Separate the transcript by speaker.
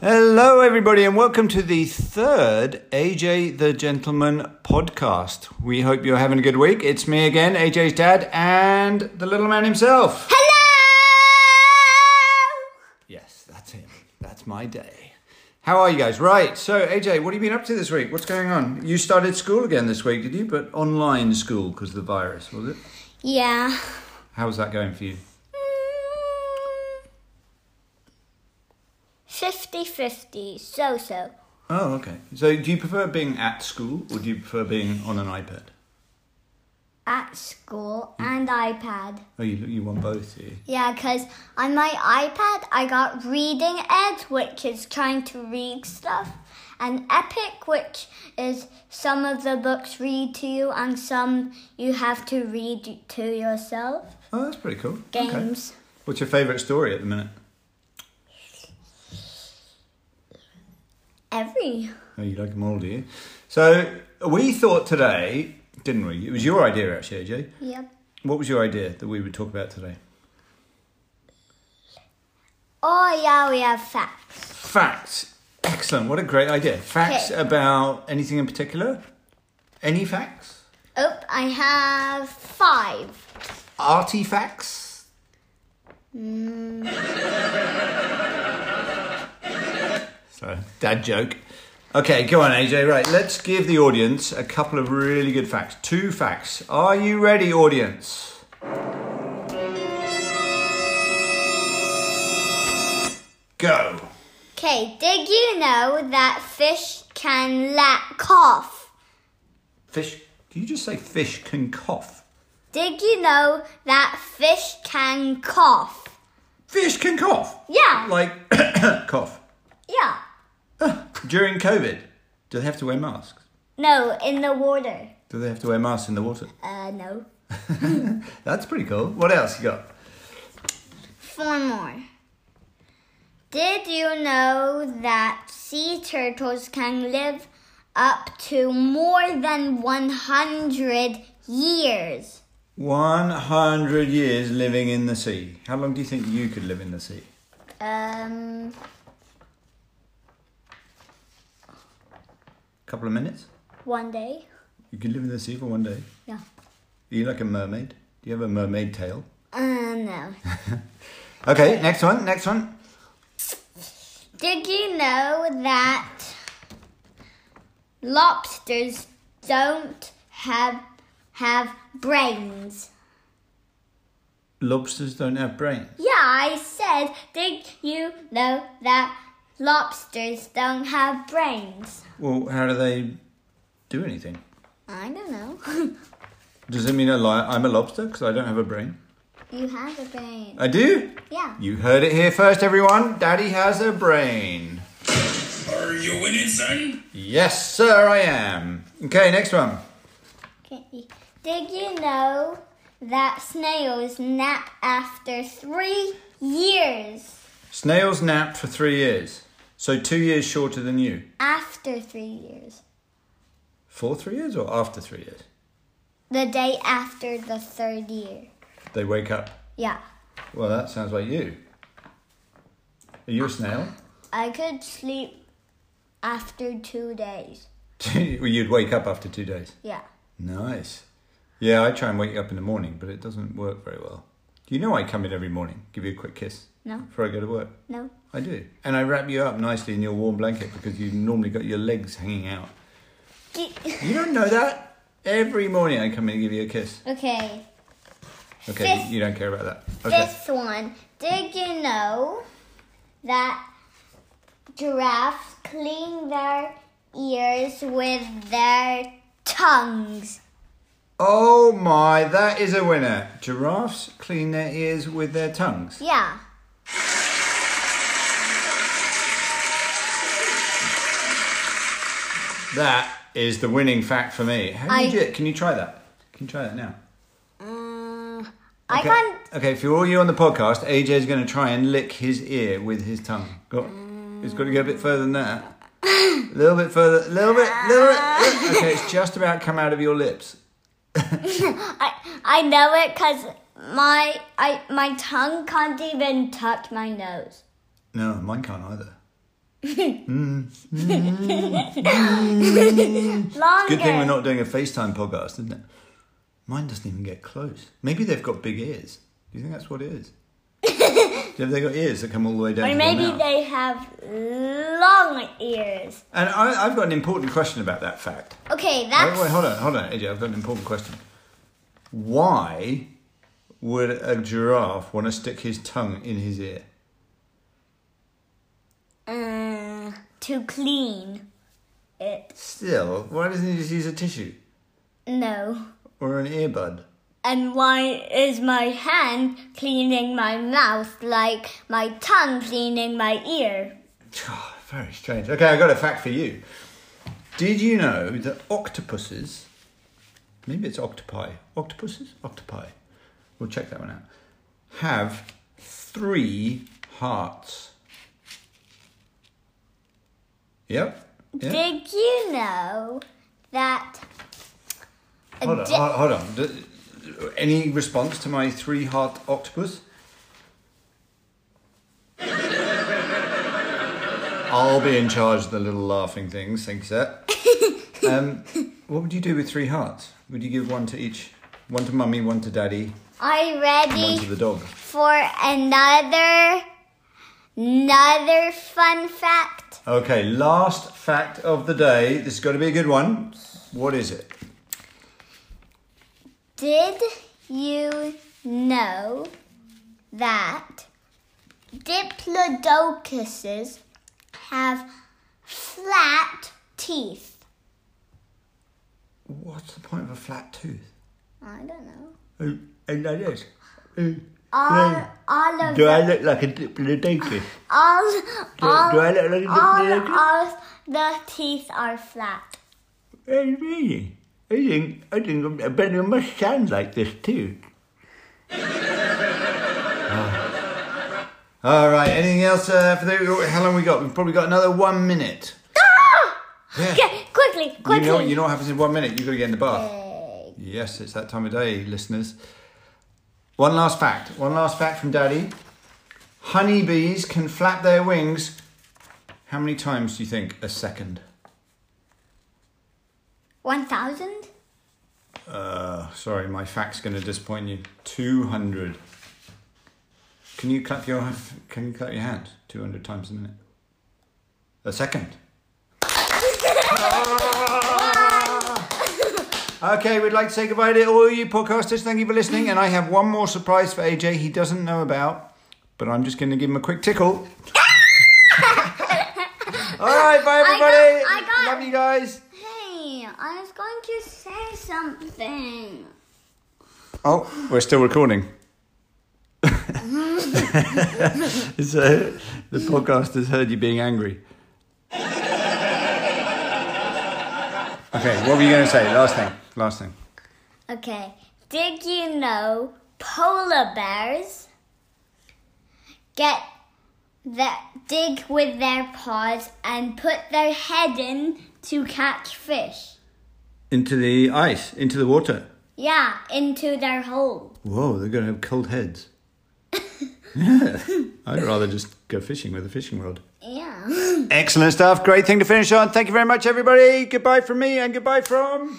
Speaker 1: Hello, everybody, and welcome to the third AJ the Gentleman podcast. We hope you're having a good week. It's me again, AJ's dad, and the little man himself.
Speaker 2: Hello!
Speaker 1: Yes, that's him. That's my day. How are you guys? Right, so AJ, what have you been up to this week? What's going on? You started school again this week, did you? But online school because of the virus, was it?
Speaker 2: Yeah.
Speaker 1: How's that going for you?
Speaker 2: Hmm. 50 50, so so.
Speaker 1: Oh, okay. So, do you prefer being at school or do you prefer being on an iPad?
Speaker 2: At school and iPad.
Speaker 1: Oh, you, you want both, do you?
Speaker 2: Yeah, because on my iPad I got Reading Ed, which is trying to read stuff, and Epic, which is some of the books read to you and some you have to read to yourself.
Speaker 1: Oh, that's pretty cool. Okay.
Speaker 2: Games.
Speaker 1: What's your favourite story at the minute?
Speaker 2: Every.
Speaker 1: Oh, you like them all, do you? So we thought today, didn't we? It was your idea, actually, AJ.
Speaker 2: Yep.
Speaker 1: What was your idea that we would talk about today?
Speaker 2: Oh, yeah, we have facts.
Speaker 1: Facts. Excellent. What a great idea. Facts
Speaker 2: Okay.
Speaker 1: about anything in particular? Any facts?
Speaker 2: Oh, I have five.
Speaker 1: Artifacts? Mm. so, dad joke. Okay, go on, AJ. Right, let's give the audience a couple of really good facts. Two facts. Are you ready, audience? Go.
Speaker 2: Okay, did you know that fish can la- cough?
Speaker 1: Fish. Can you just say fish can cough?
Speaker 2: Did you know that fish can cough?
Speaker 1: Fish can cough.
Speaker 2: Yeah.
Speaker 1: Like cough.
Speaker 2: Yeah.
Speaker 1: During COVID, do they have to wear masks?
Speaker 2: No, in the water.
Speaker 1: Do they have to wear masks in the water?
Speaker 2: Uh, no.
Speaker 1: That's pretty cool. What else you got?
Speaker 2: Four more. Did you know that sea turtles can live up to more than 100 years?
Speaker 1: 100 years living in the sea. How long do you think you could live in the sea?
Speaker 2: Um,
Speaker 1: A couple of minutes?
Speaker 2: one day?
Speaker 1: You could live in the sea for one day.
Speaker 2: Yeah.
Speaker 1: Are you like a mermaid? Do you have a mermaid tail?
Speaker 2: Uh, no.
Speaker 1: Okay, next one, next one.
Speaker 2: Did you know that lobsters don't have have brains?
Speaker 1: Lobsters don't have brains.
Speaker 2: Yeah, I said, did you know that lobsters don't have brains?
Speaker 1: Well, how do they do anything?
Speaker 2: I don't know.
Speaker 1: Does it mean a li- I'm a lobster because I don't have a brain?
Speaker 2: you have a brain.
Speaker 1: I do?
Speaker 2: Yeah.
Speaker 1: You heard it here first, everyone. Daddy has a brain.
Speaker 3: Are you winning, son?
Speaker 1: Yes, sir, I am. Okay, next one.
Speaker 2: Okay. Did you know that snails nap after 3 years?
Speaker 1: Snails nap for three years. So two years shorter than you.
Speaker 2: After 3 years.
Speaker 1: For three years or after three years?
Speaker 2: The day after the third year.
Speaker 1: They wake up.
Speaker 2: Yeah.
Speaker 1: Well, that sounds like you. Are you a snail?
Speaker 2: I could sleep after two days.
Speaker 1: well, you'd wake up after two days.
Speaker 2: Yeah.
Speaker 1: Nice. Yeah, I try and wake you up in the morning, but it doesn't work very well. You know I come in every morning, give you a quick kiss
Speaker 2: No.
Speaker 1: before I go to work.
Speaker 2: No.
Speaker 1: I do. And I wrap you up nicely in your warm blanket because you've normally got your legs hanging out. You don't know that? Every morning I come in and give you a kiss.
Speaker 2: okay.
Speaker 1: Okay,
Speaker 2: Fifth-
Speaker 1: you don't care about that. Okay.
Speaker 2: This one. Did you know that giraffes clean their ears with their tongues?
Speaker 1: Oh my, that is a winner. Giraffes clean their ears with their tongues.
Speaker 2: Yeah.
Speaker 1: That is the winning fact for me. How
Speaker 2: I-
Speaker 1: did you do it? Can you try that? Can you try that now?
Speaker 2: Um, I
Speaker 1: Okay.
Speaker 2: can't.
Speaker 1: Okay, for all you on the podcast, AJ's going to try and lick his ear with his tongue. Got, It's got to go a bit further than that. A little bit further. A little bit. little bit. Okay, it's just about come out of your lips.
Speaker 2: I I know it because my I my tongue can't even touch my nose.
Speaker 1: No, mine can't either.
Speaker 2: Longer.
Speaker 1: Good thing we're not doing a FaceTime podcast, isn't it? Mine doesn't even get close. Maybe they've got big ears. Do you think that's what it is? Have they got ears that come all the way down
Speaker 2: Or
Speaker 1: to
Speaker 2: maybe
Speaker 1: their mouth?
Speaker 2: they have long ears.
Speaker 1: And I, I've got an important question about that fact.
Speaker 2: Okay,
Speaker 1: Wait,
Speaker 2: that's
Speaker 1: wait, hold on, hold on, AJ. I've got an important question. Why would a giraffe want to stick his tongue in his ear? Mm.
Speaker 2: uh, to clean it.
Speaker 1: Still, why doesn't he just use a tissue
Speaker 2: No.
Speaker 1: or an earbud?
Speaker 2: And why is my hand cleaning my mouth like my tongue cleaning my ear?
Speaker 1: Oh, very strange. Okay, I got a fact for you. Did you know that octopuses, maybe it's octopi, octopuses, octopi, we'll check that one out, have three hearts? Yep. yep.
Speaker 2: Did you know that? a
Speaker 1: Hold on,
Speaker 2: di-
Speaker 1: hold hold on. D- Any response to my three heart octopus? I'll be in charge of the little laughing things, thanks, sir. Um, what would you do with three hearts? Would you give one to each? One to mummy, one to daddy,
Speaker 2: Are you ready
Speaker 1: one to the dog.
Speaker 2: for another another fun fact?
Speaker 1: Okay, last fact of the day. This has got to be a good one. What is it?
Speaker 2: Did you know that diplodocuses have flat teeth?
Speaker 1: What's the point of a flat tooth?
Speaker 2: I don't know.
Speaker 1: Oh, and that is.
Speaker 2: All,
Speaker 1: Yeah.
Speaker 2: all of
Speaker 1: Do I
Speaker 2: the,
Speaker 1: look like a diplodocus?
Speaker 2: all, all,
Speaker 1: do I look like a
Speaker 2: all,
Speaker 1: diplodocus?
Speaker 2: all the teeth are flat.
Speaker 1: Hey, really? I think, I think, I bet it must sound like this too. Ah. All right, anything else uh, for the, how long we got? We've probably got another one minute. Yeah.
Speaker 2: Okay, quickly,
Speaker 1: You
Speaker 2: quickly.
Speaker 1: know, you know what happens in one minute? You've got to get in the bath. Yes, it's that time of day, listeners. One last fact. One last fact from Daddy. Honeybees can flap their wings. How many times do you think a second?
Speaker 2: One thousand?
Speaker 1: Uh, sorry, my fact's going to disappoint you. Two hundred. Can you clap your Can you clap your hands two hundred times a minute? A second. okay, we'd like to say goodbye to all you podcasters. Thank you for listening, and I have one more surprise for AJ. He doesn't know about, but I'm just going to give him a quick tickle. all right, bye
Speaker 2: I got-
Speaker 1: everybody.
Speaker 2: I got-
Speaker 1: Love you guys.
Speaker 2: Hey, I was going to say something.
Speaker 1: Oh, we're still recording. so the podcast has heard you being angry. Okay, what were you going to say? Last thing. Last thing.
Speaker 2: Okay, did you know polar bears get that dig with their paws and put their head in to catch fish?
Speaker 1: Into the ice, into the water.
Speaker 2: Yeah, into their hole.
Speaker 1: Whoa, they're going to have cold heads. Yeah, I'd rather just go fishing with a fishing rod.
Speaker 2: Yeah.
Speaker 1: Excellent stuff. Great thing to finish on. Thank you very much, everybody. Goodbye from me and goodbye from.